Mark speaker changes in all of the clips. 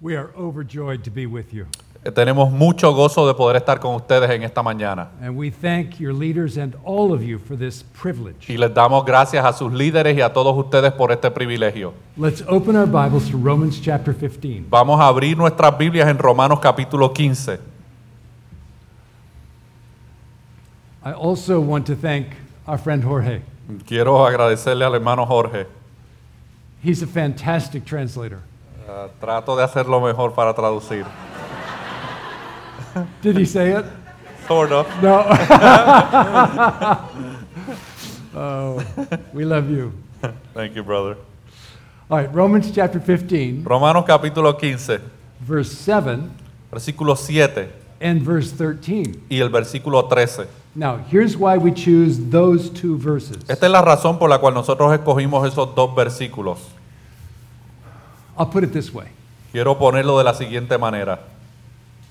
Speaker 1: We are overjoyed to be with you.
Speaker 2: Tenemos mucho gozo de poder estar con ustedes en esta mañana.
Speaker 1: And we thank your leaders and all of you for this privilege.
Speaker 2: Y les damos gracias a sus líderes y a todos ustedes por este privilegio.
Speaker 1: Let's open our Bibles to Romans chapter 15.
Speaker 2: Vamos a abrir nuestras Biblias en Romanos capítulo 15.
Speaker 1: I also want to thank our friend Jorge.
Speaker 2: Quiero agradecerle al hermano Jorge.
Speaker 1: He's a fantastic translator.
Speaker 2: Ah, trato de hacer lo mejor para traducir.
Speaker 1: Did he say it?
Speaker 2: Sort of.
Speaker 1: No. oh, we love you.
Speaker 2: Thank you, brother.
Speaker 1: All right, Romans chapter 15,
Speaker 2: Romanos capítulo 15,
Speaker 1: verse 7
Speaker 2: versículo 7
Speaker 1: and verse 13.
Speaker 2: y el versículo 13.
Speaker 1: Now, here's why we choose those two verses.
Speaker 2: Esta es la razón por la cual nosotros escogimos esos dos versículos.
Speaker 1: I'll put it this way
Speaker 2: Quiero ponerlo de la siguiente manera.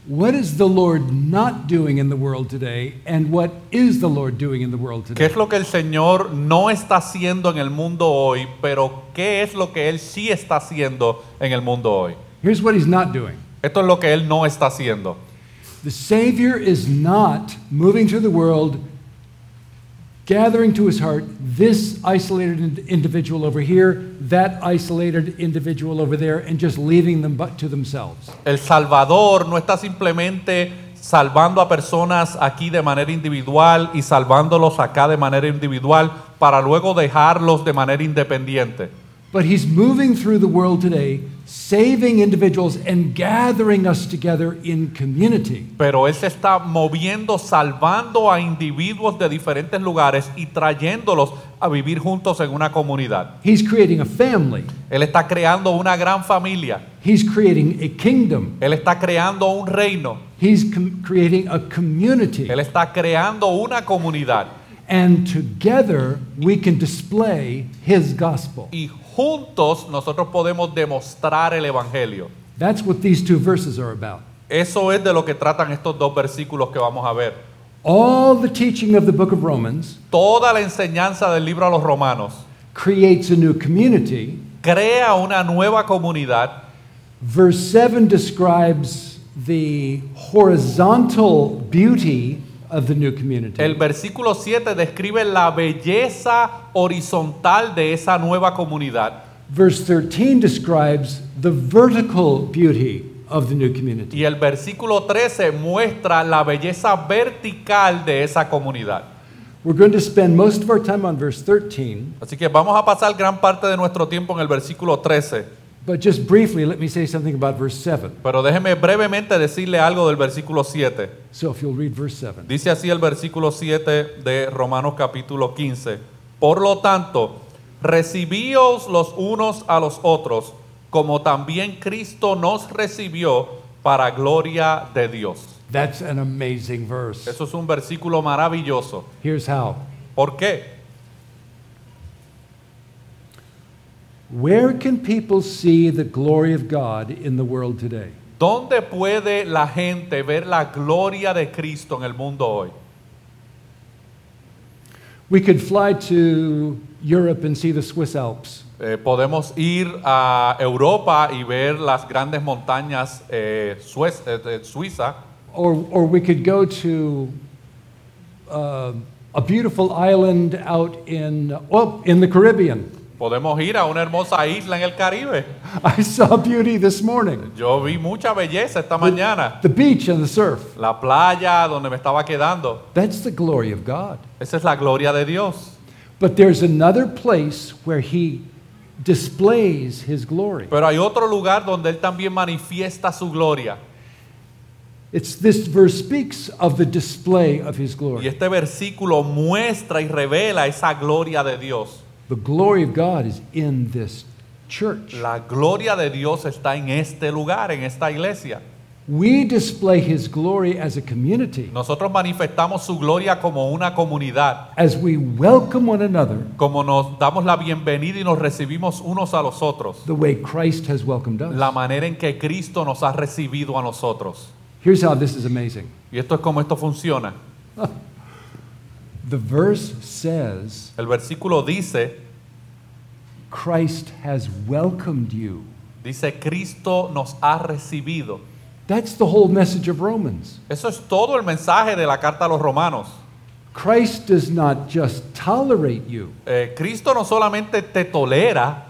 Speaker 1: What is the Lord not doing in the world today, and what is the Lord doing in the world
Speaker 2: ¿Qué
Speaker 1: today?
Speaker 2: es lo que el Señor no está haciendo en el mundo hoy, pero qué es lo que Él sí está haciendo en el mundo hoy?
Speaker 1: Here's what he's not doing
Speaker 2: Esto es lo que Él no está haciendo.
Speaker 1: the Savior is not moving through the world, gathering to his heart this isolated ind- individual over here, that isolated individual over there, and just leaving them but to themselves.
Speaker 2: El Salvador no está simplemente salvando a personas aquí de manera individual y salvándolos acá de manera individual para luego dejarlos de manera independiente.
Speaker 1: But he's moving through the world today, saving individuals and gathering us together in community.
Speaker 2: Pero Él se está moviendo, salvando a individuos de diferentes lugares y trayéndolos a vivir juntos en una comunidad.
Speaker 1: He's creating a family.
Speaker 2: Él está creando una gran familia.
Speaker 1: He's creating a kingdom.
Speaker 2: Él está creando un reino.
Speaker 1: He's com- creating a community.
Speaker 2: Él está creando una comunidad.
Speaker 1: And together we can display his gospel.
Speaker 2: Y juntos nosotros podemos demostrar el Evangelio.
Speaker 1: That's what these two verses are about.
Speaker 2: Eso es de lo que tratan estos dos versículos que vamos a ver.
Speaker 1: All the teaching of the book of Romans
Speaker 2: Toda la enseñanza del libro a los romanos
Speaker 1: creates a new community.
Speaker 2: crea una nueva comunidad.
Speaker 1: Verse 7 describes the horizontal beauty of the new community.
Speaker 2: El versículo 7 describe la belleza horizontal de esa nueva comunidad.
Speaker 1: Verse 13 describes the vertical beauty of the new community.
Speaker 2: Y el versículo 13 muestra la belleza vertical de esa comunidad.
Speaker 1: We're going to spend most of our time on verse 13,
Speaker 2: Así que vamos a pasar gran parte de nuestro tiempo en el versículo 13,
Speaker 1: but just briefly, let me say something about verse 7.
Speaker 2: pero déjeme brevemente decirle algo del versículo 7.
Speaker 1: So if you'll read verse 7.
Speaker 2: Dice así el versículo 7 de Romanos capítulo 15. Por lo tanto, recibíos los unos a los otros, como también Cristo nos recibió para gloria de Dios.
Speaker 1: That's an amazing verse.
Speaker 2: Eso es un versículo maravilloso.
Speaker 1: Here's how
Speaker 2: ¿Por qué?
Speaker 1: Where can people see the glory of God in the world today?
Speaker 2: ¿Dónde puede la gente ver la gloria de Cristo en el mundo hoy?
Speaker 1: We could fly to Europe and see the Swiss Alps.
Speaker 2: Eh, podemos ir a Europa y ver las grandes montañas eh, suez- eh, de Suiza,
Speaker 1: Or, or we could go to uh, a beautiful island out in, oh, in the Caribbean.
Speaker 2: podemos ir a una hermosa isla en el Caribe.
Speaker 1: I saw beauty this morning
Speaker 2: Yo vi mucha belleza esta mañana.
Speaker 1: the beach and the surf.
Speaker 2: La playa donde me estaba quedando.
Speaker 1: That's the glory of God.
Speaker 2: Esa es la gloria de Dios.
Speaker 1: But there's another place where He displays His glory.
Speaker 2: Pero hay otro lugar donde Él también manifiesta su gloria.
Speaker 1: It's this verse speaks of the display of His
Speaker 2: Y
Speaker 1: glory.
Speaker 2: este versículo muestra y revela esa gloria de Dios.
Speaker 1: The glory of God is in this church.
Speaker 2: La gloria de Dios está en este lugar, en esta iglesia.
Speaker 1: We display His glory as a community
Speaker 2: Nosotros manifestamos su gloria como una comunidad,
Speaker 1: as we welcome one another
Speaker 2: como nos damos la bienvenida y nos recibimos unos a los otros,
Speaker 1: the way Christ has welcomed
Speaker 2: la
Speaker 1: us.
Speaker 2: manera en que Cristo nos ha recibido a nosotros.
Speaker 1: Here's how this is amazing
Speaker 2: Y esto es como esto funciona.
Speaker 1: the verse says,
Speaker 2: El versículo dice,
Speaker 1: Christ has welcomed you
Speaker 2: Dice, Cristo nos ha recibido.
Speaker 1: That's the whole message of Romans.
Speaker 2: Eso es todo el mensaje de la carta a los romanos.
Speaker 1: Christ does not just tolerate you,
Speaker 2: Eh, Cristo no solamente te tolera,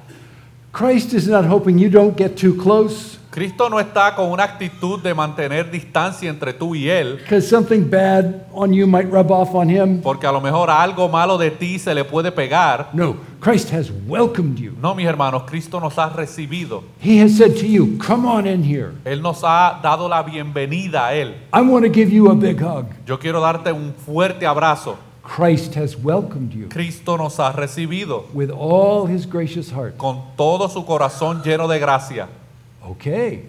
Speaker 1: Christ is not hoping you don't get too close
Speaker 2: Cristo no está con una actitud de mantener distancia entre tú y Él,
Speaker 1: because something bad on you might rub off on him.
Speaker 2: porque a lo mejor algo malo de ti se le puede pegar.
Speaker 1: No, Christ has welcomed you.
Speaker 2: No, mis hermanos, Cristo nos ha recibido.
Speaker 1: He has said to you, Come on in here.
Speaker 2: Él nos ha dado la bienvenida a Él.
Speaker 1: I want to give you a big hug.
Speaker 2: Yo quiero darte un fuerte abrazo.
Speaker 1: Christ has welcomed you
Speaker 2: Cristo nos ha recibido
Speaker 1: with all his gracious heart.
Speaker 2: con todo su corazón lleno de gracia.
Speaker 1: Okay,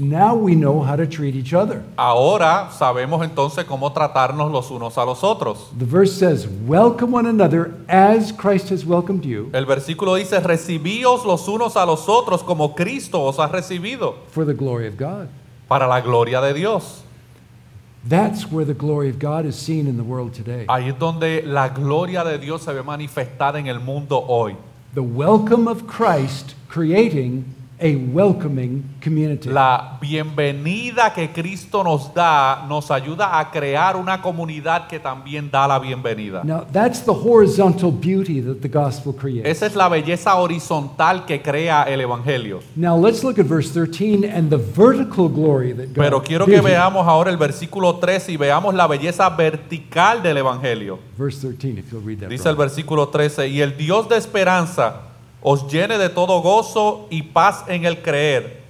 Speaker 1: now we know how to treat each other.
Speaker 2: Ahora sabemos entonces cómo tratarnos los unos a los otros.
Speaker 1: The verse says, Welcome one another as Christ has welcomed you.
Speaker 2: El versículo dice, recibíos los unos a los otros como Cristo os ha recibido,
Speaker 1: for the glory of God.
Speaker 2: para la gloria de Dios.
Speaker 1: That's where the glory of God is seen in the world today.
Speaker 2: Ahí es donde la gloria de Dios se ve manifestada en el mundo hoy.
Speaker 1: The welcome of Christ creating a welcoming community.
Speaker 2: La bienvenida que Cristo nos da nos ayuda a crear una comunidad que también da la bienvenida.
Speaker 1: Now, that's the horizontal beauty that the gospel creates.
Speaker 2: Esa es la belleza horizontal que crea el Evangelio.
Speaker 1: Now, let's look at verse 13 and the vertical glory that God
Speaker 2: Pero quiero que
Speaker 1: gives you.
Speaker 2: veamos ahora el versículo 3 y veamos la belleza vertical del Evangelio.
Speaker 1: Verse 13, if you'll read that.
Speaker 2: Dice el
Speaker 1: Brian.
Speaker 2: versículo 13, y el Dios de esperanza os llene de todo gozo y paz en el creer,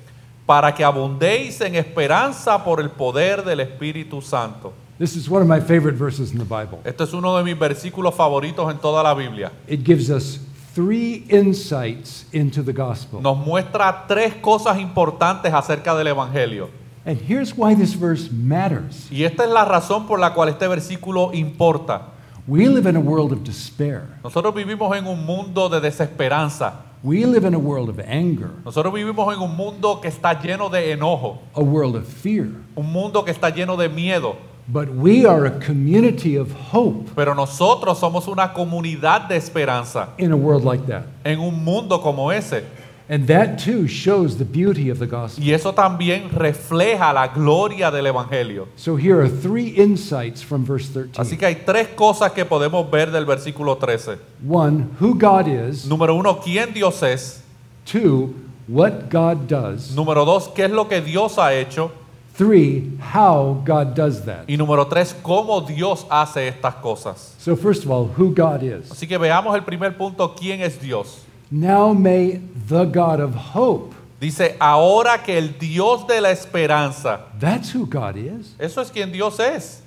Speaker 2: para que abundéis en esperanza por el poder del Espíritu Santo.
Speaker 1: This is one of my favorite verses in the Bible.
Speaker 2: Este es uno de mis versículos favoritos en toda la Biblia.
Speaker 1: It gives us three insights into the gospel.
Speaker 2: Nos muestra tres cosas importantes acerca del Evangelio.
Speaker 1: And here's why this verse matters.
Speaker 2: Y esta es la razón por la cual este versículo importa.
Speaker 1: We live in a world of despair.
Speaker 2: Nosotros vivimos en un mundo de desesperanza.
Speaker 1: We live in a world of anger,
Speaker 2: Nosotros vivimos en un mundo que está lleno de enojo,
Speaker 1: a world of fear.
Speaker 2: un mundo que está lleno de miedo.
Speaker 1: But we are a community of hope
Speaker 2: Pero nosotros somos una comunidad de esperanza
Speaker 1: in a world like that.
Speaker 2: en un mundo como ese.
Speaker 1: And that too shows the beauty of the gospel.
Speaker 2: Y eso también refleja la gloria del Evangelio.
Speaker 1: So here are three insights from verse
Speaker 2: Así
Speaker 1: 13.
Speaker 2: que hay tres cosas que podemos ver del versículo 13.
Speaker 1: One, who God is.
Speaker 2: Número uno, quién Dios es.
Speaker 1: Two, what God does.
Speaker 2: Número dos, qué es lo que Dios ha hecho.
Speaker 1: Three, how God does that.
Speaker 2: Y número tres, cómo Dios hace estas cosas.
Speaker 1: So, first of all, who God is.
Speaker 2: Así que veamos el primer punto, quién es Dios.
Speaker 1: Now may the God of hope,
Speaker 2: Dice, ahora que el Dios de la esperanza,
Speaker 1: that's who God is.
Speaker 2: eso es quien Dios es.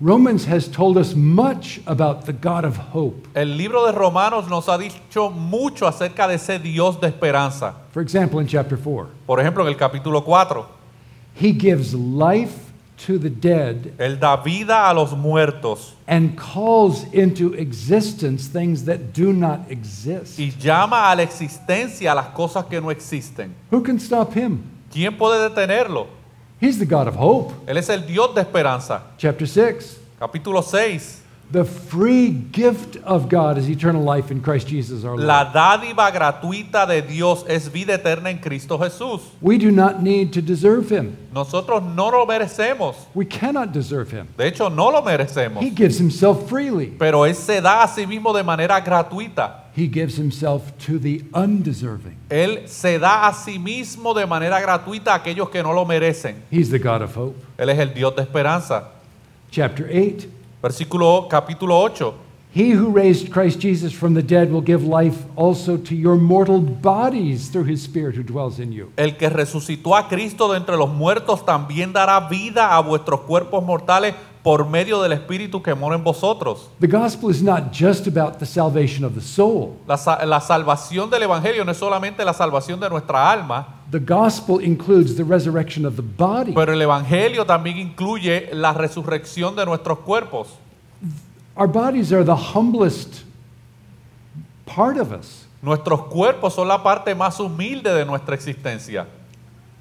Speaker 1: Romans has told us much about the God of hope.
Speaker 2: El libro de Romanos nos ha dicho mucho acerca de ese Dios de esperanza.
Speaker 1: For example, in chapter 4,
Speaker 2: Por ejemplo, en el capítulo 4,
Speaker 1: he gives life to the dead
Speaker 2: Él da vida a los muertos
Speaker 1: and calls into existence things that do not exist.
Speaker 2: y llama a la existencia las cosas que no existen.
Speaker 1: Who can stop him?
Speaker 2: ¿Quién puede detenerlo?
Speaker 1: He's the God of hope.
Speaker 2: Él es el Dios de esperanza.
Speaker 1: Chapter 6,
Speaker 2: Capítulo 6,
Speaker 1: the free gift of God is eternal life in Christ Jesus our Lord.
Speaker 2: la dádiva gratuita de Dios es vida eterna en Cristo Jesús.
Speaker 1: We do not need to deserve him.
Speaker 2: Nosotros no lo merecemos.
Speaker 1: We cannot deserve him.
Speaker 2: De hecho, no lo merecemos.
Speaker 1: He gives himself freely.
Speaker 2: Pero Él se da a sí mismo de manera gratuita.
Speaker 1: He gives himself to the undeserving.
Speaker 2: Él se da a sí mismo de manera gratuita a aquellos que no lo merecen.
Speaker 1: He's the God of hope.
Speaker 2: Él es el Dios de esperanza.
Speaker 1: Chapter 8
Speaker 2: Versículo capítulo 8.
Speaker 1: He who raised Christ Jesus from the dead will give life also to your mortal bodies through his Spirit who dwells in you.
Speaker 2: El que resucitó a Cristo de entre los muertos también dará vida a vuestros cuerpos mortales por medio del Espíritu que mora en vosotros.
Speaker 1: The gospel is not just about the salvation of the soul,
Speaker 2: La, sa- la salvación del Evangelio no es solamente la salvación de nuestra alma,
Speaker 1: the gospel includes the resurrection of the body.
Speaker 2: pero el Evangelio también incluye la resurrección de nuestros cuerpos.
Speaker 1: Our bodies are the humblest part of us.
Speaker 2: Nuestros cuerpos son la parte más humilde de nuestra existencia.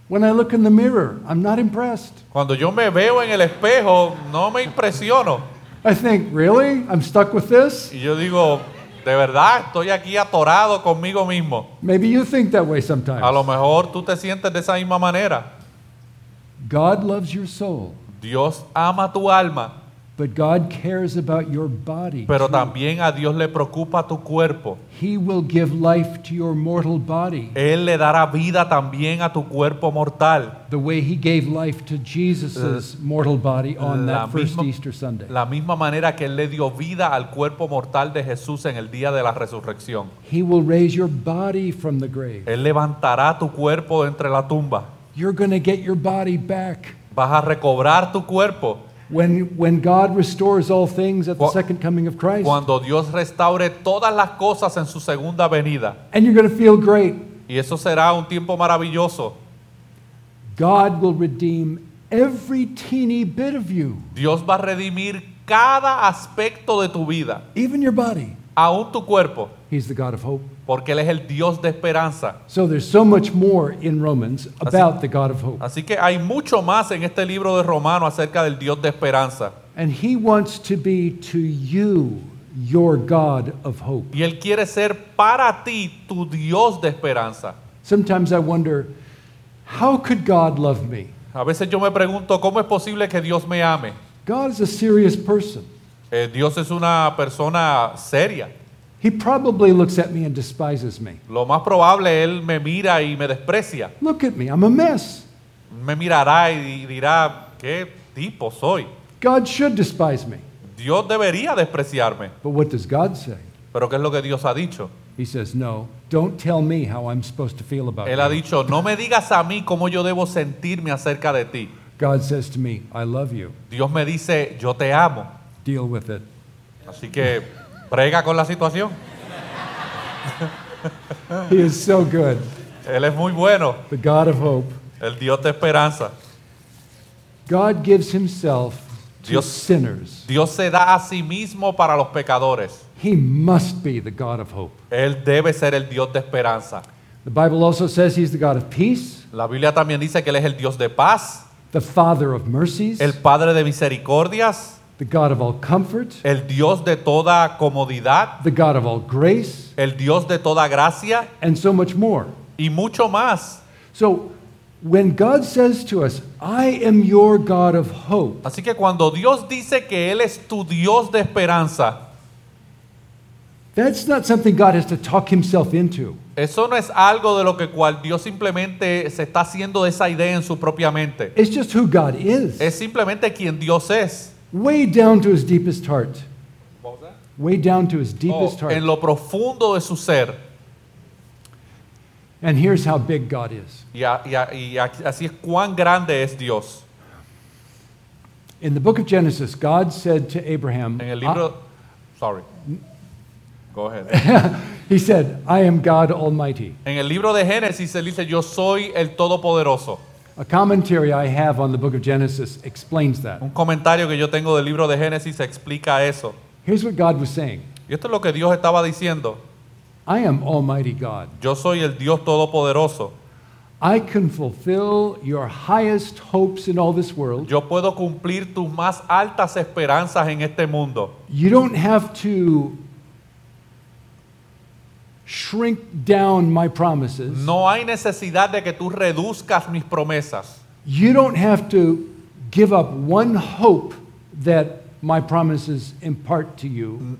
Speaker 1: When I look in the mirror, I'm not impressed.
Speaker 2: Cuando yo me veo en el espejo, no me impresiono.
Speaker 1: I think, really? I'm stuck with this?
Speaker 2: Y yo digo, de verdad estoy aquí atorado conmigo mismo.
Speaker 1: Maybe you think that way
Speaker 2: A lo
Speaker 1: sometimes.
Speaker 2: mejor tú te sientes de esa misma manera.
Speaker 1: God loves your soul,
Speaker 2: Dios ama tu alma,
Speaker 1: but God cares about your body.
Speaker 2: pero
Speaker 1: too.
Speaker 2: también a Dios le preocupa tu cuerpo.
Speaker 1: He will give life to your mortal body
Speaker 2: Él le dará vida también a tu cuerpo mortal.
Speaker 1: the way He gave life to Jesus' mortal body on
Speaker 2: Uh, la
Speaker 1: that first
Speaker 2: misma-
Speaker 1: Easter Sunday.
Speaker 2: La misma manera que Él le dio vida al cuerpo mortal de Jesús en el día de la resurrección.
Speaker 1: He will raise your body from the grave.
Speaker 2: Él levantará tu cuerpo de entre la tumba.
Speaker 1: You're going to get your body back.
Speaker 2: Vas a recobrar tu cuerpo.
Speaker 1: When, when God restores all things at the
Speaker 2: Cu-
Speaker 1: second coming of Christ,
Speaker 2: Cuando Dios restaure todas las cosas en su segunda venida.
Speaker 1: and you're going to feel great,
Speaker 2: Y eso será un tiempo maravilloso.
Speaker 1: God will redeem every teeny bit of you,
Speaker 2: Dios va a redimir cada aspecto de tu vida,
Speaker 1: even your body.
Speaker 2: aún tu cuerpo,
Speaker 1: He's the God of hope.
Speaker 2: porque Él es el Dios de esperanza.
Speaker 1: So there's so much more in Romans about the God of hope.
Speaker 2: Así que hay mucho más en este libro de Romano acerca del Dios de esperanza.
Speaker 1: And he wants to be to you your God of hope.
Speaker 2: Y Él quiere ser para ti tu Dios de esperanza.
Speaker 1: Sometimes I wonder, how could God love me?
Speaker 2: A veces yo me pregunto, ¿cómo es posible que Dios me ame?
Speaker 1: God is a serious person.
Speaker 2: Eh, Dios es una persona seria.
Speaker 1: He probably looks at me and despises me.
Speaker 2: Lo más probable, Él me mira y me desprecia.
Speaker 1: Look at me, I'm a mess.
Speaker 2: Me mirará y dirá, ¿qué tipo soy?
Speaker 1: God should despise me.
Speaker 2: Dios debería despreciarme.
Speaker 1: But what does God say?
Speaker 2: Pero ¿qué es lo que Dios ha dicho?
Speaker 1: He says, No, don't tell me how I'm supposed to feel about
Speaker 2: Él ha
Speaker 1: you.
Speaker 2: dicho, no me digas a mí cómo yo debo sentirme acerca de ti.
Speaker 1: God says to me, I love you.
Speaker 2: Dios me dice, yo te amo.
Speaker 1: Deal with it.
Speaker 2: Así que prega con la situación.
Speaker 1: He is so good,
Speaker 2: Él es muy bueno,
Speaker 1: the God of hope.
Speaker 2: el Dios de esperanza.
Speaker 1: God gives himself to
Speaker 2: Dios-
Speaker 1: sinners.
Speaker 2: Dios se da a sí mismo para los pecadores.
Speaker 1: He must be the God of hope.
Speaker 2: Él debe ser el Dios de esperanza.
Speaker 1: The Bible also says he's the God of peace,
Speaker 2: La Biblia también dice que Él es el Dios de paz,
Speaker 1: the Father of mercies,
Speaker 2: el Padre de misericordias,
Speaker 1: the God of all comfort,
Speaker 2: el Dios de toda comodidad,
Speaker 1: the God of all grace,
Speaker 2: el Dios de toda gracia
Speaker 1: and so much more.
Speaker 2: y mucho más.
Speaker 1: So when God says to us, I am your God of hope,
Speaker 2: Así que cuando Dios dice que Él es tu Dios de esperanza,
Speaker 1: that's not something God has to talk himself into.
Speaker 2: eso no es algo de lo que cual Dios simplemente se está haciendo de esa idea en su propia mente.
Speaker 1: It's just who God is,
Speaker 2: Es simplemente quien Dios es.
Speaker 1: way down to his deepest heart. Way down to his deepest
Speaker 2: O
Speaker 1: heart.
Speaker 2: en Oh, lo profundo de su ser.
Speaker 1: And here's how big God is.
Speaker 2: Y, a- y a- y a- así es cuán grande es Dios.
Speaker 1: In the book of Genesis, God said to Abraham,
Speaker 2: En el
Speaker 1: "I-
Speaker 2: libro. sorry. Go ahead.
Speaker 1: He said, I am God Almighty.
Speaker 2: En el libro de Génesis se dice: Yo soy el Todopoderoso.
Speaker 1: A commentary I have on the book of Genesis explains that.
Speaker 2: Un comentario que yo tengo del libro de Génesis explica eso.
Speaker 1: Here's what God was saying
Speaker 2: Y esto es lo que Dios estaba diciendo.
Speaker 1: I am Almighty God.
Speaker 2: Yo soy el Dios Todopoderoso.
Speaker 1: I can fulfill your highest hopes in all this world.
Speaker 2: Yo puedo cumplir tus más altas esperanzas en este mundo.
Speaker 1: You don't have to shrink down my promises.
Speaker 2: No hay necesidad de que tú reduzcas mis promesas.
Speaker 1: You don't have to give up one hope that my promises impart to you.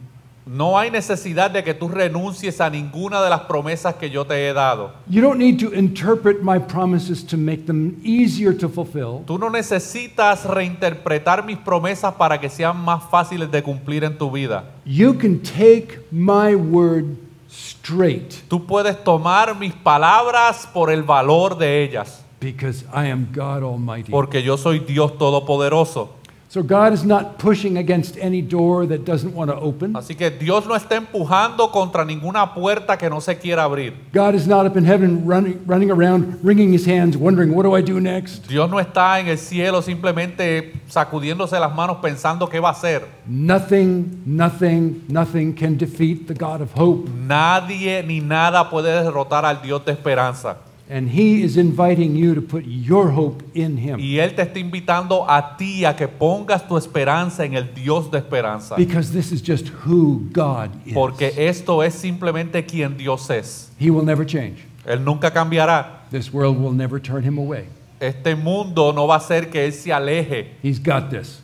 Speaker 2: No hay necesidad de que tú renuncies a ninguna de las promesas que yo te he dado.
Speaker 1: You don't need to interpret my promises to make them easier to fulfill.
Speaker 2: Tú no necesitas reinterpretar mis promesas para que sean más fáciles de cumplir en tu vida.
Speaker 1: You can take my word straight
Speaker 2: Tú puedes tomar mis palabras por el valor de ellas,
Speaker 1: because I am God Almighty.
Speaker 2: porque yo soy Dios Todopoderoso.
Speaker 1: So God is not pushing against any door that doesn't want to open.
Speaker 2: Así que Dios no está empujando contra ninguna puerta que no se quiera abrir.
Speaker 1: God is not up in heaven running, running around, wringing his hands, wondering, what do I do next?
Speaker 2: Dios no está en el cielo simplemente sacudiéndose las manos pensando qué va a hacer.
Speaker 1: Nothing, nothing, nothing can defeat the God of hope.
Speaker 2: Nadie ni nada puede derrotar al Dios de esperanza.
Speaker 1: And He is inviting you to put your hope in Him
Speaker 2: Y Él te está invitando a ti a que pongas tu esperanza en el Dios de esperanza.
Speaker 1: because this is just who God
Speaker 2: Porque
Speaker 1: is.
Speaker 2: esto es simplemente quien Dios es.
Speaker 1: He will never change.
Speaker 2: Él nunca cambiará.
Speaker 1: This world will never turn Him away.
Speaker 2: Este mundo no va a hacer que Él se aleje.
Speaker 1: He's got this.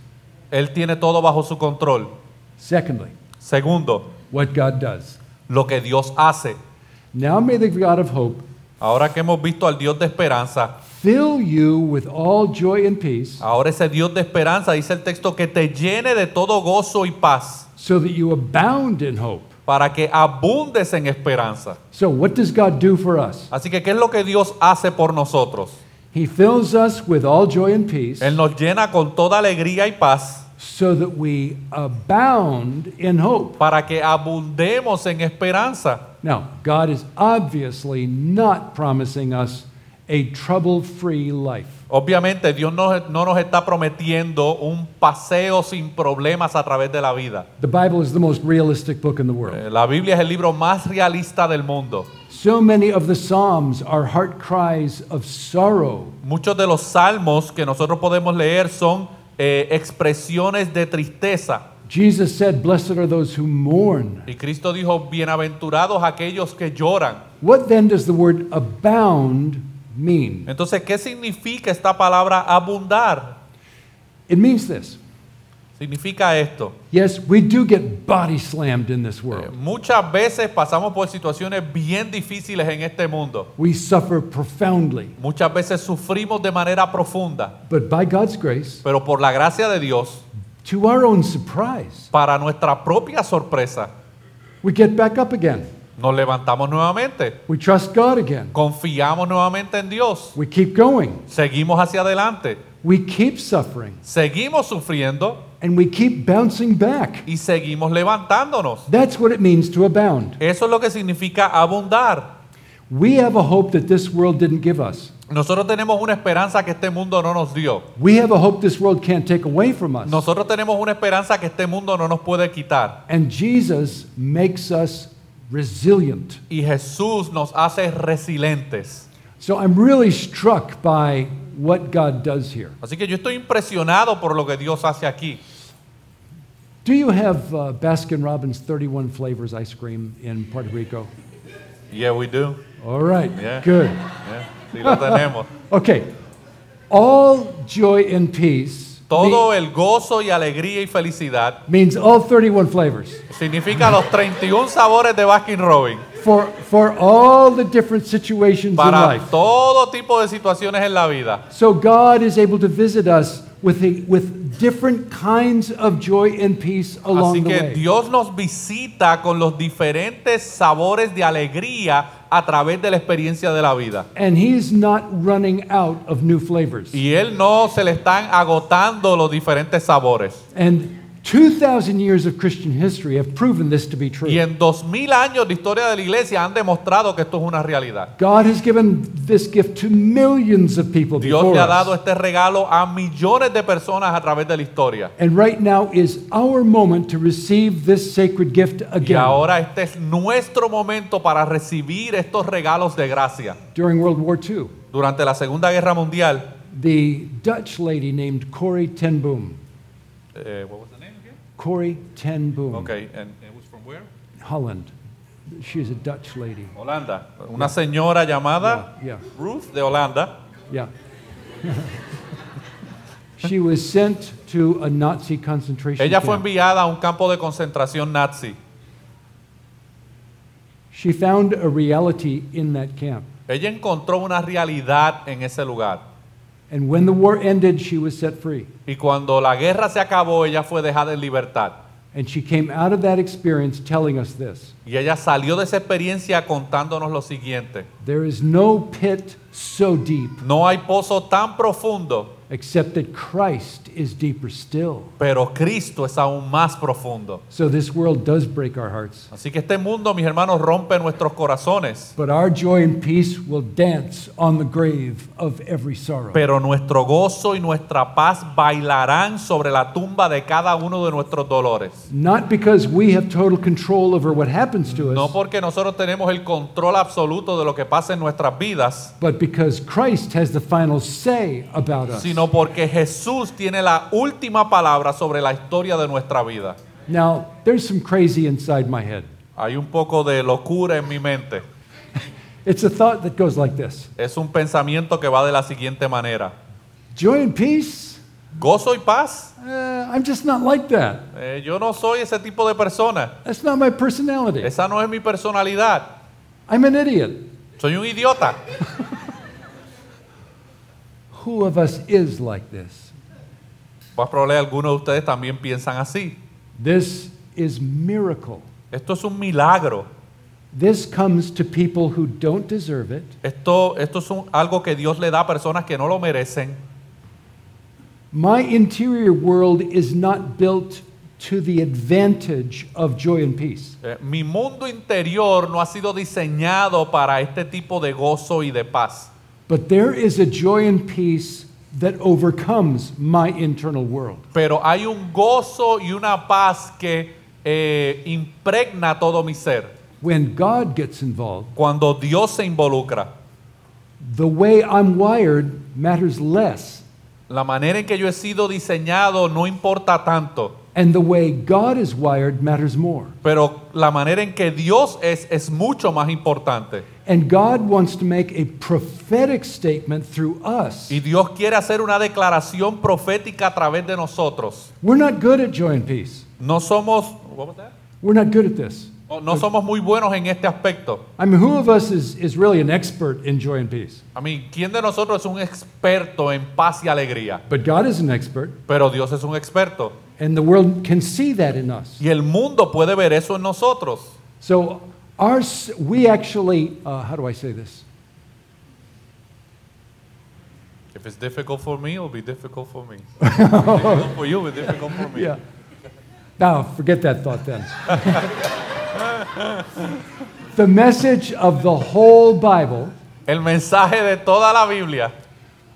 Speaker 2: Él tiene todo bajo su control.
Speaker 1: Secondly,
Speaker 2: Segundo,
Speaker 1: what God does.
Speaker 2: lo que Dios hace.
Speaker 1: Now may the God of hope
Speaker 2: Ahora que hemos visto al Dios de esperanza,
Speaker 1: fill you with all joy and peace,
Speaker 2: ahora ese Dios de esperanza dice el texto que te llene de todo gozo y paz
Speaker 1: so that you abound in hope.
Speaker 2: para que abundes en esperanza.
Speaker 1: So, what does God do for us?
Speaker 2: Así que, ¿qué es lo que Dios hace por nosotros?
Speaker 1: He fills us with all joy and peace
Speaker 2: Él nos llena con toda alegría y paz
Speaker 1: so that we abound in hope.
Speaker 2: para que abundemos en esperanza.
Speaker 1: Now, God is obviously not promising us a trouble free life.
Speaker 2: Obviamente Dios no, no nos está prometiendo un paseo sin problemas a través de la vida.
Speaker 1: The Bible is the most realistic book in the world.
Speaker 2: Eh, La Biblia es el libro más realista del mundo.
Speaker 1: So many of the Psalms are heart cries of sorrow.
Speaker 2: Muchos de los salmos que nosotros podemos leer son eh, expresiones de tristeza.
Speaker 1: Jesus said, Blessed are those who mourn.
Speaker 2: Y Cristo dijo, bienaventurados aquellos que lloran.
Speaker 1: What then does the word abound mean?
Speaker 2: Entonces, ¿qué significa esta palabra abundar?
Speaker 1: It means this.
Speaker 2: Significa esto.
Speaker 1: Yes, we do get body slammed in this world.
Speaker 2: Muchas veces pasamos por situaciones bien difíciles en este mundo.
Speaker 1: We suffer profoundly.
Speaker 2: Muchas veces sufrimos de manera profunda,
Speaker 1: But by God's grace,
Speaker 2: pero por la gracia de Dios,
Speaker 1: to our own surprise,
Speaker 2: para nuestra propia sorpresa,
Speaker 1: we get back up again.
Speaker 2: nos levantamos nuevamente,
Speaker 1: We trust God again.
Speaker 2: confiamos nuevamente en Dios,
Speaker 1: We keep going.
Speaker 2: seguimos hacia adelante,
Speaker 1: We keep suffering.
Speaker 2: seguimos sufriendo
Speaker 1: And we keep bouncing back.
Speaker 2: y seguimos levantándonos.
Speaker 1: That's what it means to abound.
Speaker 2: Eso es lo que significa abundar.
Speaker 1: We have a hope that this world didn't give us.
Speaker 2: Nosotros tenemos una esperanza que este mundo no nos dio.
Speaker 1: We have a hope this world can't take away from us.
Speaker 2: Nosotros tenemos una esperanza que este mundo no nos puede quitar.
Speaker 1: And Jesus makes us resilient.
Speaker 2: y Jesús nos hace resilientes.
Speaker 1: So I'm really struck by what God does here.
Speaker 2: Así que yo estoy impresionado por lo que Dios hace aquí.
Speaker 1: Do you have uh, Baskin Robbins 31 flavors ice cream in Puerto Rico?
Speaker 2: Yeah, we do.
Speaker 1: All right,
Speaker 2: Yeah.
Speaker 1: good.
Speaker 2: Yeah, sí lo tenemos.
Speaker 1: Okay, all joy and peace
Speaker 2: Todo el gozo y alegría y felicidad
Speaker 1: me- means all 31 flavors
Speaker 2: significa los 31 sabores de Baskin Robin
Speaker 1: for, for all the different situations in
Speaker 2: para
Speaker 1: life.
Speaker 2: todo tipo de situaciones en la vida.
Speaker 1: So God is able to visit us with, the, with different kinds of joy and peace along
Speaker 2: Así
Speaker 1: the
Speaker 2: que
Speaker 1: way.
Speaker 2: Dios nos visita con los diferentes sabores de alegría a través de la experiencia de la vida.
Speaker 1: and He's not running out of new flavors.
Speaker 2: Y Él no se le están agotando los diferentes sabores.
Speaker 1: And 2,000 years of Christian history have proven this to be true.
Speaker 2: Y en 2000 años de historia de la iglesia han demostrado que esto es una realidad.
Speaker 1: God has given this gift to millions of people
Speaker 2: Dios
Speaker 1: before
Speaker 2: le ha
Speaker 1: us.
Speaker 2: dado este regalo a millones de personas a través de la historia.
Speaker 1: And right now is our moment to receive this sacred gift
Speaker 2: Y
Speaker 1: again.
Speaker 2: ahora este es nuestro momento para recibir estos regalos de gracia.
Speaker 1: During World War II,
Speaker 2: Durante la Segunda Guerra Mundial,
Speaker 1: the Dutch lady named Corrie ten Boom,
Speaker 2: eh, what was the name again?
Speaker 1: Corrie ten Boom,
Speaker 2: Okay, and it was from where?
Speaker 1: Holland. She's a Dutch lady.
Speaker 2: Holanda. Una señora llamada
Speaker 1: Yeah, yeah.
Speaker 2: Ruth de Holanda.
Speaker 1: Yeah. she was sent to a Nazi concentration
Speaker 2: Ella fue
Speaker 1: camp.
Speaker 2: enviada a un campo de concentración nazi.
Speaker 1: She found a reality in that camp.
Speaker 2: Ella encontró una realidad en ese lugar.
Speaker 1: And when the war ended, she was set free.
Speaker 2: Y cuando la guerra se acabó, ella fue dejada en libertad.
Speaker 1: And she came out of that experience telling us this
Speaker 2: Y ella salió de esa experiencia contándonos lo siguiente.
Speaker 1: there is no pit so deep
Speaker 2: No hay pozo tan profundo
Speaker 1: except that Christ is deeper still.
Speaker 2: pero Cristo es aún más profundo.
Speaker 1: So this world does break our hearts,
Speaker 2: Así que este mundo, mis hermanos, rompe nuestros corazones,
Speaker 1: but our joy and peace will dance on the grave of every sorrow.
Speaker 2: pero nuestro gozo y nuestra paz bailarán sobre la tumba de cada uno de nuestros dolores.
Speaker 1: Not because we have total control over what happens to
Speaker 2: No
Speaker 1: us,
Speaker 2: porque nosotros tenemos el control absoluto de lo que pasa en nuestras vidas,
Speaker 1: but because Christ has the final say about us.
Speaker 2: sino porque Jesús tiene la última palabra sobre la historia de nuestra vida.
Speaker 1: Now, there's some crazy inside my head.
Speaker 2: Hay un poco de locura en mi mente.
Speaker 1: It's a thought that goes like this
Speaker 2: Es un pensamiento que va de la siguiente manera.
Speaker 1: Joy and peace?
Speaker 2: Gozo y paz.
Speaker 1: Uh, I'm just not like that.
Speaker 2: Eh, yo no soy ese tipo de persona.
Speaker 1: That's not my personality.
Speaker 2: Esa no es mi personalidad.
Speaker 1: I'm an idiot.
Speaker 2: Soy un idiota.
Speaker 1: Who of us is like this?
Speaker 2: Pues probable algunos de ustedes también piensan así.
Speaker 1: This is miracle.
Speaker 2: Esto es un milagro.
Speaker 1: This comes to people who don't deserve it,
Speaker 2: Esto, esto es un- algo que Dios le da a personas que no lo merecen.
Speaker 1: My interior world is not built to the advantage of joy and peace.
Speaker 2: Eh, mi mundo interior no ha sido diseñado para este tipo de gozo y de paz.
Speaker 1: But there is a joy and peace that overcomes my internal world.
Speaker 2: Pero hay un gozo y una paz que eh, impregna todo mi ser.
Speaker 1: When God gets involved,
Speaker 2: Cuando Dios se involucra,
Speaker 1: the way I'm wired matters less,
Speaker 2: la manera en que yo he sido diseñado no importa tanto,
Speaker 1: and the way God is wired matters more.
Speaker 2: pero la manera en que Dios es es mucho más importante.
Speaker 1: And God wants to make a prophetic statement through us.
Speaker 2: Y Dios quiere hacer una declaración profética a través de nosotros.
Speaker 1: We're not good at joy and peace.
Speaker 2: No somos, what was that?
Speaker 1: We're not good at this.
Speaker 2: No- no somos muy buenos en este aspecto.
Speaker 1: I mean, who of us is, is really an expert in joy and peace?
Speaker 2: A mí, ¿quién de nosotros es un experto en paz y alegría?
Speaker 1: But God is an expert,
Speaker 2: Pero Dios es un experto.
Speaker 1: and the world can see that in us.
Speaker 2: Y el mundo puede ver eso en nosotros.
Speaker 1: So, our, s- we actually, uh, how do I say this?
Speaker 2: If it's difficult for me, it'll be difficult for me. If it's difficult for you, it'll be difficult for me.
Speaker 1: Yeah. Now, forget that thought then. the message of the whole Bible
Speaker 2: El mensaje de toda la Biblia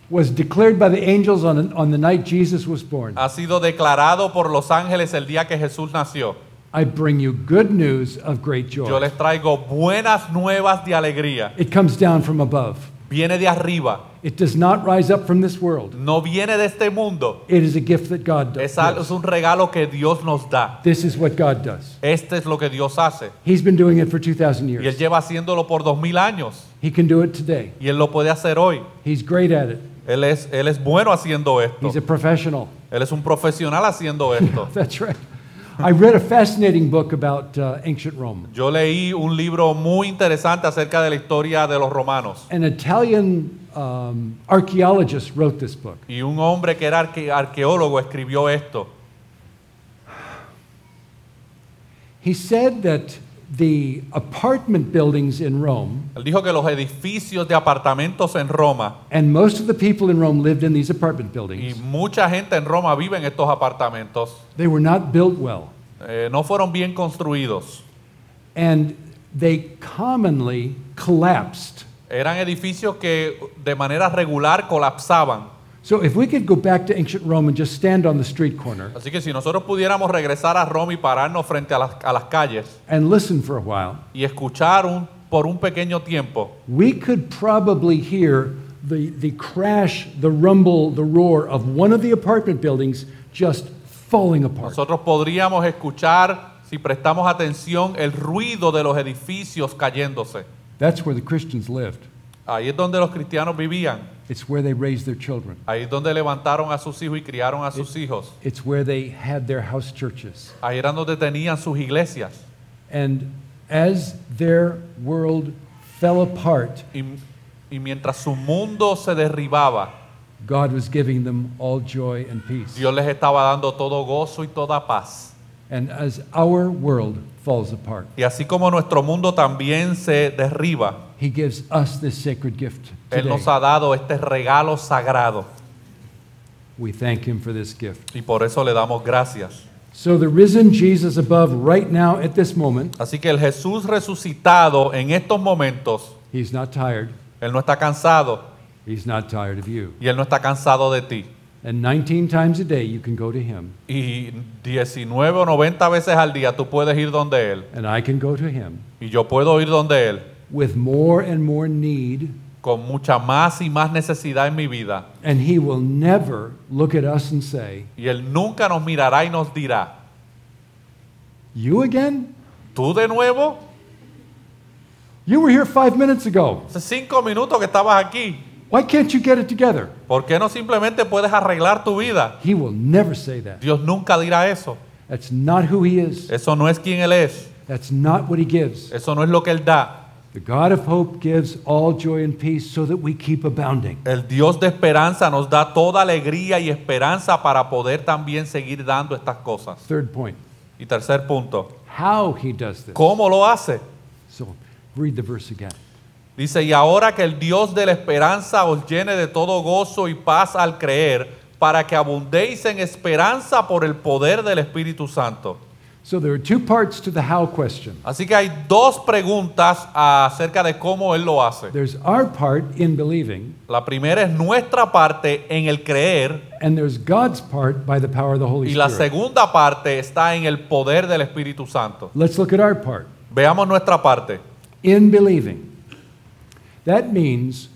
Speaker 1: was declared by the angels on, on the night Jesus was born.
Speaker 2: ha sido declarado por los ángeles el día que Jesús nació.
Speaker 1: I bring you good news of great
Speaker 2: Yo
Speaker 1: joy.
Speaker 2: les traigo buenas nuevas de alegría.
Speaker 1: It comes down from above.
Speaker 2: Viene de arriba,
Speaker 1: It does not rise up from this world.
Speaker 2: no viene de este mundo.
Speaker 1: It is a gift that God does.
Speaker 2: Es, al- es un regalo que Dios nos da.
Speaker 1: This is what God does.
Speaker 2: Este es lo que Dios hace.
Speaker 1: He's been doing it for 2,000
Speaker 2: Y Él
Speaker 1: years.
Speaker 2: lleva haciéndolo por dos mil años.
Speaker 1: He can do it today.
Speaker 2: Y Él lo puede hacer hoy.
Speaker 1: He's great at it.
Speaker 2: Él es, él es bueno haciendo esto.
Speaker 1: He's a professional.
Speaker 2: Él es un profesional haciendo esto.
Speaker 1: That's right. I read a fascinating book about uh, ancient Rome.
Speaker 2: Yo leí un libro muy interesante acerca de la historia de los romanos.
Speaker 1: An Italian um, archaeologist wrote this book.
Speaker 2: Y un hombre que era arque- arqueólogo escribió esto.
Speaker 1: He said that the apartment buildings in Rome,
Speaker 2: Él dijo que los edificios de apartamentos en Roma,
Speaker 1: and most of the people in Rome lived in these apartment
Speaker 2: y
Speaker 1: buildings,
Speaker 2: mucha gente en Roma vive en estos apartamentos,
Speaker 1: they were not built well.
Speaker 2: eh, no fueron bien construidos.
Speaker 1: And they commonly collapsed.
Speaker 2: Eran edificios que de manera regular colapsaban.
Speaker 1: So if we could go back to ancient Rome and just stand on the street corner
Speaker 2: Así que si nosotros pudiéramos regresar a Roma y pararnos frente a las, a las calles
Speaker 1: and listen for a while,
Speaker 2: y escuchar un- por un pequeño tiempo,
Speaker 1: we could probably hear the, the crash, the rumble, the roar of one of the apartment buildings just falling apart.
Speaker 2: nosotros podríamos escuchar, si prestamos atención, el ruido de los edificios cayéndose.
Speaker 1: That's where the Christians lived.
Speaker 2: Ahí es donde los cristianos vivían,
Speaker 1: It's where they raised their children.
Speaker 2: ahí es donde levantaron a sus hijos y criaron a sus hijos.
Speaker 1: It's where they had their house churches.
Speaker 2: Ahí eran donde tenían sus iglesias.
Speaker 1: And as their world fell apart,
Speaker 2: Y, y mientras su mundo se derribaba,
Speaker 1: God was giving them all joy and peace.
Speaker 2: Dios les estaba dando todo gozo y toda paz.
Speaker 1: And as our world falls apart,
Speaker 2: Y así como nuestro mundo también se derriba,
Speaker 1: He gives us this sacred gift
Speaker 2: Él
Speaker 1: today.
Speaker 2: nos ha dado este regalo sagrado.
Speaker 1: We thank him for this gift.
Speaker 2: y por eso le damos gracias.
Speaker 1: So the risen Jesus above, right now, at this moment,
Speaker 2: Así que el Jesús resucitado en estos momentos,
Speaker 1: he's not tired.
Speaker 2: Él no está cansado
Speaker 1: He's not tired of you.
Speaker 2: y Él no está cansado de ti.
Speaker 1: And 19 times a day, you can go to him,
Speaker 2: Y 19 o 90 veces al día tú puedes ir donde Él
Speaker 1: and I can go to him
Speaker 2: y yo puedo ir donde Él
Speaker 1: with more and more need,
Speaker 2: con mucha más y más necesidad en mi vida.
Speaker 1: and he will never look at us and say,
Speaker 2: Y Él nunca nos mirará y nos dirá,
Speaker 1: You again?
Speaker 2: ¿tú de nuevo?
Speaker 1: You were here five minutes ago.
Speaker 2: Hace cinco minutos que estabas aquí.
Speaker 1: Why can't you get it together?
Speaker 2: ¿Por qué no simplemente puedes arreglar tu vida?
Speaker 1: He will never say that.
Speaker 2: Dios nunca dirá eso.
Speaker 1: That's not who he is.
Speaker 2: Eso no es quien Él es.
Speaker 1: That's not what he gives.
Speaker 2: Eso no es lo que Él da.
Speaker 1: The God of hope gives all joy and peace so that we keep abounding.
Speaker 2: El Dios de esperanza nos da toda alegría y esperanza para poder también seguir dando estas cosas.
Speaker 1: Third point
Speaker 2: Y tercer punto,
Speaker 1: how he does this.
Speaker 2: ¿cómo lo hace?
Speaker 1: So read the verse again.
Speaker 2: Dice, y ahora que el Dios de la esperanza os llene de todo gozo y paz al creer, para que abundéis en esperanza por el poder del Espíritu Santo.
Speaker 1: So there are two parts to the how question.
Speaker 2: Así que hay dos preguntas acerca de cómo Él lo hace.
Speaker 1: There's our part in believing,
Speaker 2: La primera es nuestra parte en el creer
Speaker 1: and there's God's part by the power of the Holy
Speaker 2: y la
Speaker 1: Spirit.
Speaker 2: segunda parte está en el poder del Espíritu Santo.
Speaker 1: Let's look at our part
Speaker 2: Veamos nuestra parte.
Speaker 1: in believing. That means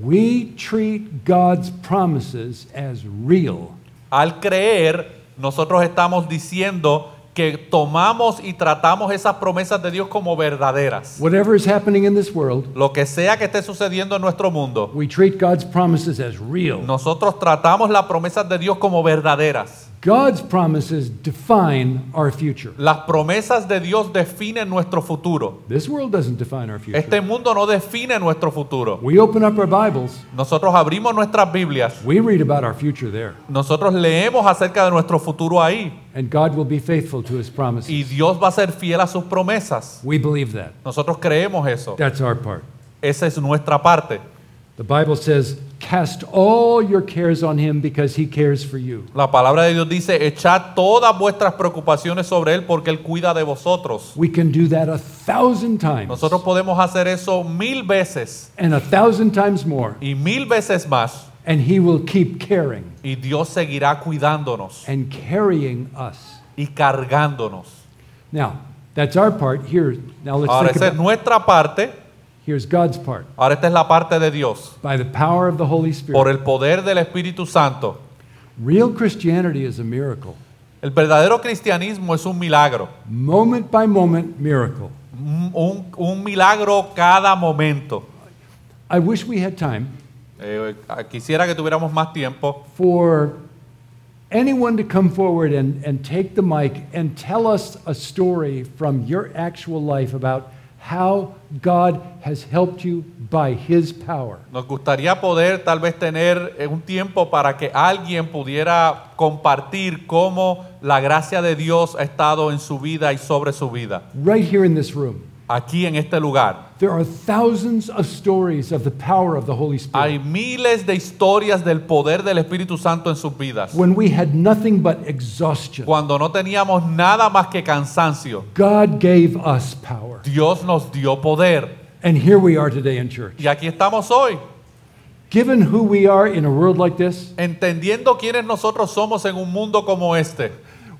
Speaker 1: we treat God's promises as real.
Speaker 2: Al creer, nosotros estamos diciendo que tomamos y tratamos esas promesas de Dios como verdaderas.
Speaker 1: Whatever is happening in this world,
Speaker 2: Lo que sea que esté sucediendo en nuestro mundo,
Speaker 1: we treat God's promises as real.
Speaker 2: nosotros tratamos las promesas de Dios como verdaderas.
Speaker 1: God's promises define our future.
Speaker 2: Las promesas de Dios definen nuestro futuro.
Speaker 1: This world doesn't define our future.
Speaker 2: Este mundo no define nuestro futuro.
Speaker 1: we open up our Bibles,
Speaker 2: Nosotros abrimos nuestras Biblias.
Speaker 1: we read about our future there,
Speaker 2: Nosotros leemos acerca de nuestro futuro ahí.
Speaker 1: and God will be faithful to his promises.
Speaker 2: Y Dios va a ser fiel a sus promesas.
Speaker 1: we believe that.
Speaker 2: Nosotros creemos eso.
Speaker 1: That's our part.
Speaker 2: Esa es nuestra parte.
Speaker 1: The Bible says, Cast all your cares on him because he cares for you.
Speaker 2: La palabra de Dios dice, echad todas vuestras preocupaciones sobre Él porque Él cuida de vosotros.
Speaker 1: We can do that a thousand times,
Speaker 2: Nosotros podemos hacer eso mil veces
Speaker 1: and a thousand times more,
Speaker 2: y mil veces más
Speaker 1: and he will keep caring
Speaker 2: y Dios seguirá cuidándonos
Speaker 1: and carrying us.
Speaker 2: y cargándonos.
Speaker 1: Now, that's our part. Here, now let's
Speaker 2: Ahora
Speaker 1: think
Speaker 2: esa es
Speaker 1: about
Speaker 2: nuestra parte,
Speaker 1: here's God's part.
Speaker 2: ahora esta es la parte de Dios,
Speaker 1: By the power of the Holy Spirit.
Speaker 2: por el poder del Espíritu Santo.
Speaker 1: Real Christianity is a miracle.
Speaker 2: El verdadero cristianismo es un milagro,
Speaker 1: Moment by moment miracle.
Speaker 2: un, un- un milagro cada momento.
Speaker 1: I wish we had time
Speaker 2: Eh, quisiera que tuviéramos más tiempo.
Speaker 1: for anyone to come forward and, and take the mic and tell us a story from your actual life about how God has helped you by His power.
Speaker 2: Nos gustaría poder tal vez tener eh, un tiempo para que alguien pudiera compartir cómo la gracia de Dios ha estado en su vida y sobre su vida.
Speaker 1: Right here in this room,
Speaker 2: Aquí en este lugar
Speaker 1: there are thousands of stories of the power of the Holy Spirit.
Speaker 2: hay miles de historias del poder del Espíritu Santo en sus vidas.
Speaker 1: when we had nothing but exhaustion,
Speaker 2: Cuando no teníamos nada más que cansancio,
Speaker 1: God gave us power.
Speaker 2: Dios nos dio poder.
Speaker 1: And here we are today in church.
Speaker 2: Y aquí estamos hoy,
Speaker 1: Given who we are in a world like this,
Speaker 2: entendiendo quiénes nosotros somos en un mundo como este.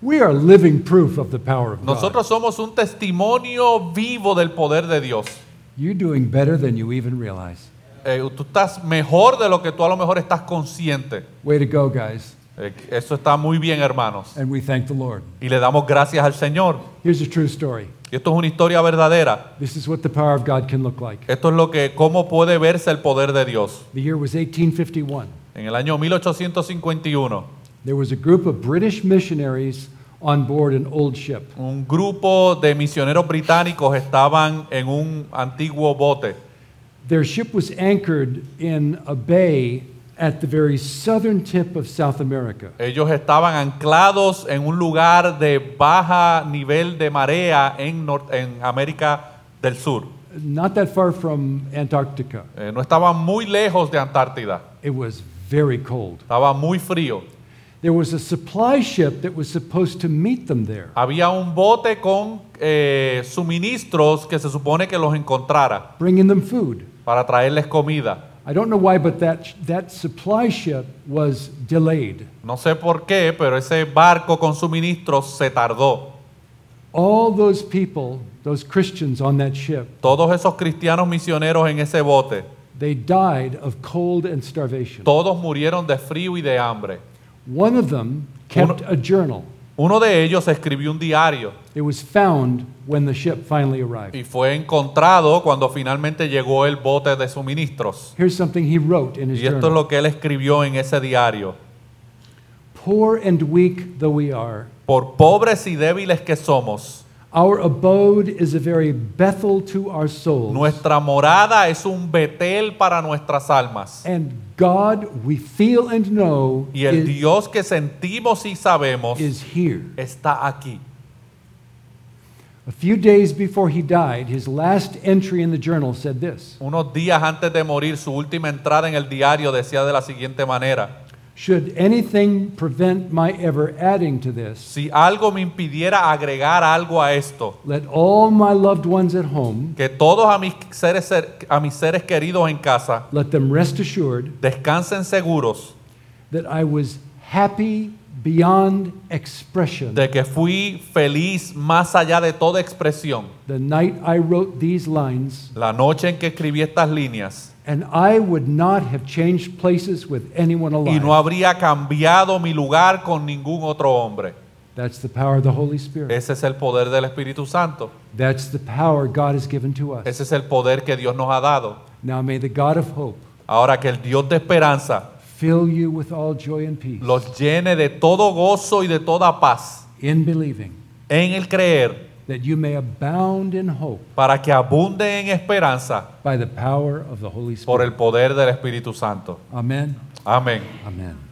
Speaker 1: we are living proof of the power of God.
Speaker 2: Nosotros somos un testimonio vivo del poder de Dios.
Speaker 1: You're doing better than you even realize.
Speaker 2: Eh, tú estás mejor de lo que tú a lo mejor estás consciente.
Speaker 1: Way to go, guys.
Speaker 2: Eh, eso está muy bien, hermanos.
Speaker 1: And we thank the Lord.
Speaker 2: Y le damos gracias al Señor.
Speaker 1: Here's a true story.
Speaker 2: Y esto es una historia verdadera.
Speaker 1: This is what the power of God can look like.
Speaker 2: Esto es lo que, cómo puede verse el poder de Dios.
Speaker 1: The year was 1851.
Speaker 2: En el año 1851,
Speaker 1: There was a group of British missionaries on board an old ship.
Speaker 2: un grupo de misioneros británicos estaban en un antiguo bote.
Speaker 1: Their ship was anchored in a bay at the very southern tip of South America.
Speaker 2: Ellos estaban anclados en un lugar de baja nivel de marea en, Nor- en América del Sur.
Speaker 1: Not that far from Antarctica.
Speaker 2: Eh, no estaban muy lejos de Antártida.
Speaker 1: It was very cold.
Speaker 2: Estaba muy frío.
Speaker 1: There was a supply ship that was supposed to meet them there,
Speaker 2: Había un bote con eh, suministros que se supone que los encontrara
Speaker 1: bringing them food.
Speaker 2: para traerles comida.
Speaker 1: I don't know why, but that, that supply ship was delayed.
Speaker 2: No sé por qué, pero ese barco con suministros se tardó.
Speaker 1: All those people, those Christians on that ship,
Speaker 2: Todos esos cristianos misioneros en ese bote,
Speaker 1: they died of cold and starvation.
Speaker 2: todos murieron de frío y de hambre.
Speaker 1: One of them kept
Speaker 2: Uno-
Speaker 1: a journal.
Speaker 2: Uno de ellos escribió un diario
Speaker 1: It was found when the ship finally arrived.
Speaker 2: y fue encontrado cuando finalmente llegó el bote de suministros.
Speaker 1: Here's something he wrote in his
Speaker 2: Y esto es
Speaker 1: journal
Speaker 2: lo que él escribió en ese diario.
Speaker 1: Poor and weak though we are,
Speaker 2: Por pobres y débiles que somos,
Speaker 1: our abode is a very Bethel to our souls.
Speaker 2: nuestra morada es un Betel para nuestras almas.
Speaker 1: And God, we feel and know,
Speaker 2: Y el
Speaker 1: is,
Speaker 2: Dios que sentimos y sabemos
Speaker 1: is here.
Speaker 2: está aquí.
Speaker 1: A few days before he died, his last entry in the journal said this
Speaker 2: Unos días antes de morir, su última entrada en el diario decía de la siguiente manera,
Speaker 1: Should anything prevent my ever adding to this,
Speaker 2: si algo me impidiera agregar algo a esto,
Speaker 1: let all my loved ones at home,
Speaker 2: que todos a mis seres, cer- a mis seres queridos en casa
Speaker 1: let them rest assured
Speaker 2: descansen seguros
Speaker 1: that I was happy beyond expression
Speaker 2: de que fui feliz más allá de toda expresión
Speaker 1: the night I wrote these lines,
Speaker 2: la noche en que escribí estas líneas
Speaker 1: and I would not have changed places with anyone
Speaker 2: y
Speaker 1: alive.
Speaker 2: no habría cambiado mi lugar con ningún otro hombre.
Speaker 1: That's the power of the Holy Spirit.
Speaker 2: Ese es el poder del Espíritu Santo.
Speaker 1: That's the power God has given to us.
Speaker 2: Ese es el poder que Dios nos ha dado.
Speaker 1: Now may the God of hope
Speaker 2: Ahora que el Dios de esperanza
Speaker 1: fill you with all joy and peace
Speaker 2: los llene de todo gozo y de toda paz
Speaker 1: in believing,
Speaker 2: en el creer
Speaker 1: that you may abound in hope
Speaker 2: para que abunde en esperanza
Speaker 1: by the power of the Holy
Speaker 2: por el
Speaker 1: Spirit.
Speaker 2: poder del Espíritu Santo.
Speaker 1: Amen.
Speaker 2: Amén.
Speaker 1: Amen.